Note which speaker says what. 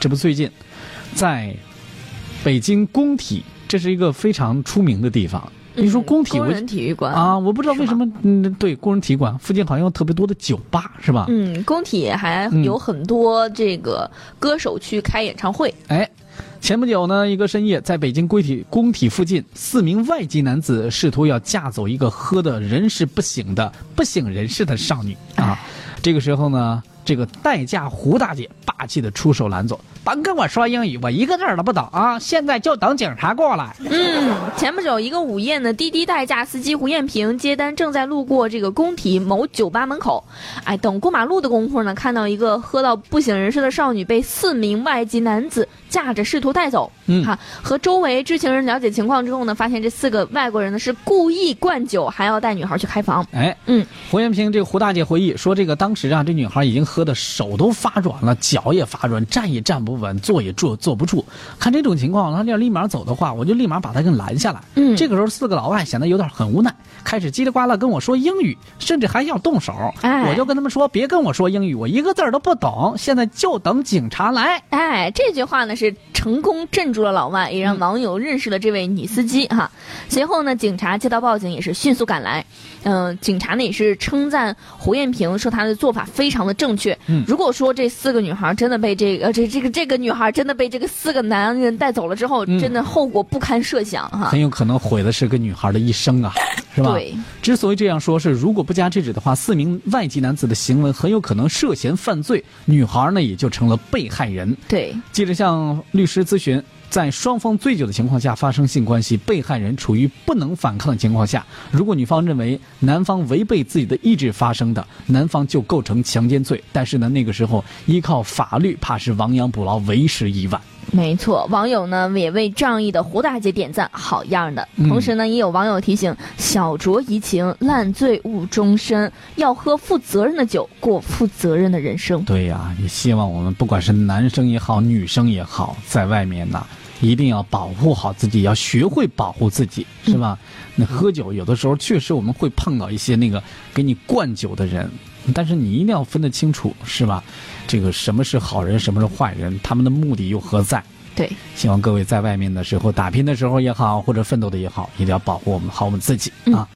Speaker 1: 这不最近，在北京工体，这是一个非常出名的地方。你说工体，
Speaker 2: 嗯工
Speaker 1: 我
Speaker 2: 人呃体育馆
Speaker 1: 啊，，我不知道为什么，嗯，对，工人体育馆附近好像有特别多的酒吧，是吧？
Speaker 2: 嗯，工体还
Speaker 1: 嗯
Speaker 2: 有很多这个歌手去开演唱会，
Speaker 1: 哎，前不久呢，一个深夜，在北京工体工体附近，四名外籍男子试图要架走一个喝得人事不省的不省人事的少女
Speaker 2: 哎
Speaker 1: 啊。这个时候呢，这个代驾胡大姐霸气的出手拦阻：“甭跟我说英语，我一个字儿都不懂啊！现在就等警察过来。
Speaker 2: 嗯，前不久，一个午夜呢，滴滴代驾司机胡艳平接单，正在路过这个工体某酒吧门口。哎，等过马路的功夫呢，看到一个喝到不省人事的少女被四名外籍男子架着试图带走。
Speaker 1: 嗯
Speaker 2: 哈，和周围知情人了解情况之后呢，发现这四个外国人呢是故意灌酒，还要带女孩去开房。
Speaker 1: 哎，
Speaker 2: 嗯，
Speaker 1: 胡艳平这个胡大姐回忆说，这个当时啊，这女孩已经喝得手都发软了，脚也发软，站也站不稳，坐也坐坐不住。看这种情况，她要立马走的话，我就立马把她给拦下来。
Speaker 2: 嗯
Speaker 1: 这个时候四个老外显得有点很无奈，开始叽里呱啦跟我说英语，甚至还要动手。
Speaker 2: 哎
Speaker 1: 我就跟他们说，别跟我说英语，我一个字儿都不懂，现在就等警察来。
Speaker 2: 哎，这句话呢是成功镇住了老外，也
Speaker 1: 嗯
Speaker 2: 让网友认识了这位女司机哈。随后呢，警察接到报警也是迅速赶来，嗯、警察呢也是称赞胡艳平说她的做法非常的正确。
Speaker 1: 嗯
Speaker 2: 如果说这四个女孩真的被这个呃这这个这个女孩真的被这个四个男人带走了之后，
Speaker 1: 嗯
Speaker 2: 真的后果不堪设想哈。
Speaker 1: 很有可能毁的是个女孩的一生啊，是吧？
Speaker 2: 对。
Speaker 1: 之所以这样说，是如果不加制止的话，四名外籍男子的行为很有可能涉嫌犯罪，女孩呢也就成了被害人。
Speaker 2: 对，
Speaker 1: 记者向律师咨询，在双方醉酒的情况下发生性关系，被害人处于不能反抗的情况下，如果女方认为男方违背自己的意志发生的，男方就构成强奸罪。但是呢，那个时候依靠法律，怕是亡羊补牢，为时已晚。
Speaker 2: 没错，网友呢也为仗义的胡大姐点赞，好样的！同时呢，也有网友提醒：小酌怡情，烂醉误终身，要喝负责任的酒，过负责任的人生。
Speaker 1: 对呀、也希望我们不管是男生也好，女生也好，在外面呢，一定要保护好自己，要学会保护自己，是吧？那喝酒有的时候确实我们会碰到一些那个给你灌酒的人，但是你一定要分得清楚，是吧？这个什么是好人，什么是坏人，他们的目的又何在？
Speaker 2: 对，
Speaker 1: 希望各位在外面的时候打拼的时候也好，或者奋斗的也好，一定要保护我们好我们自己啊。
Speaker 2: 嗯